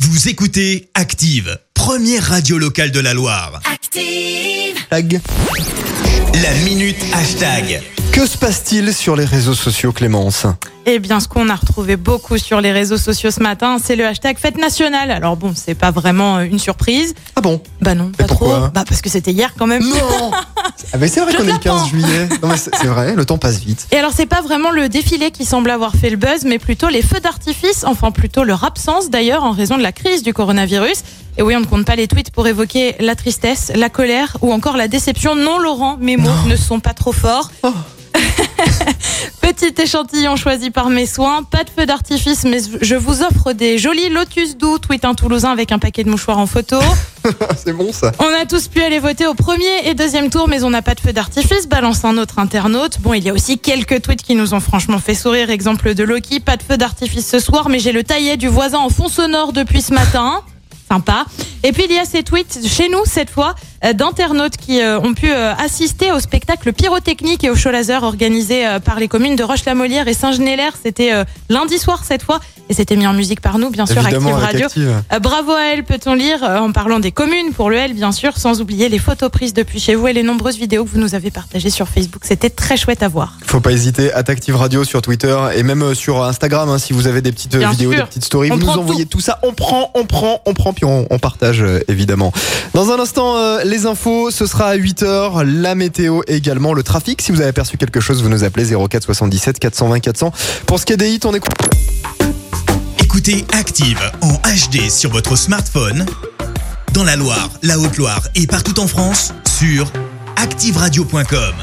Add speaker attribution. Speaker 1: Vous écoutez Active, première radio locale de la Loire.
Speaker 2: Active.
Speaker 3: Tag.
Speaker 1: La minute hashtag.
Speaker 3: Que se passe-t-il sur les réseaux sociaux, Clémence
Speaker 4: Eh bien, ce qu'on a retrouvé beaucoup sur les réseaux sociaux ce matin, c'est le hashtag Fête nationale. Alors bon, c'est pas vraiment euh, une surprise.
Speaker 3: Ah bon
Speaker 4: Bah non, pas
Speaker 3: pourquoi
Speaker 4: trop. Bah parce que c'était hier quand même.
Speaker 3: Non Ah mais c'est vrai
Speaker 4: Je
Speaker 3: qu'on est le
Speaker 4: te l'apprends.
Speaker 3: 15 juillet. Non mais c'est c'est vrai, le temps passe vite.
Speaker 4: Et alors, c'est pas vraiment le défilé qui semble avoir fait le buzz, mais plutôt les feux d'artifice, enfin plutôt leur absence d'ailleurs en raison de la crise du coronavirus. Et oui, on ne compte pas les tweets pour évoquer la tristesse, la colère ou encore la déception. Non, Laurent, mes mots ne sont pas trop forts.
Speaker 3: Oh.
Speaker 4: Petit échantillon choisi par mes soins, pas de feu d'artifice, mais je vous offre des jolis lotus doux, tweet un Toulousain avec un paquet de mouchoirs en photo.
Speaker 3: Ah, c'est bon ça.
Speaker 4: On a tous pu aller voter au premier et deuxième tour, mais on n'a pas de feu d'artifice, balance un autre internaute. Bon, il y a aussi quelques tweets qui nous ont franchement fait sourire. Exemple de Loki, pas de feu d'artifice ce soir, mais j'ai le taillet du voisin en fond sonore depuis ce matin. Sympa. Et puis il y a ces tweets chez nous cette fois euh, d'internautes qui euh, ont pu euh, assister au spectacle pyrotechnique et au show laser organisé euh, par les communes de Roche-la-Molière et Saint-Genélaire. C'était euh, lundi soir cette fois et c'était mis en musique par nous, bien sûr,
Speaker 3: Évidemment
Speaker 4: Active
Speaker 3: avec
Speaker 4: Radio.
Speaker 3: Active.
Speaker 4: Euh, Bravo à elle, peut-on lire euh, en parlant des communes pour le L, bien sûr, sans oublier les photos prises depuis chez vous et les nombreuses vidéos que vous nous avez partagées sur Facebook. C'était très chouette à voir.
Speaker 3: Faut pas hésiter à Active Radio sur Twitter et même euh, sur Instagram hein, si vous avez des petites euh,
Speaker 4: Bien
Speaker 3: vidéos,
Speaker 4: sûr.
Speaker 3: des petites stories,
Speaker 4: On
Speaker 3: vous nous
Speaker 4: prend tout.
Speaker 3: envoyez tout. ça, on prend, on prend, on prend puis on, on partage euh, évidemment. Dans un instant euh, les infos, ce sera à 8h, la météo également, le trafic. Si vous avez aperçu quelque chose, vous nous appelez 04 77 420 400. Pour ce qui est des hits, on écoute
Speaker 1: Écoutez Active en HD sur votre smartphone, dans la Loire, la Haute-Loire et partout en France, sur activeradio.com.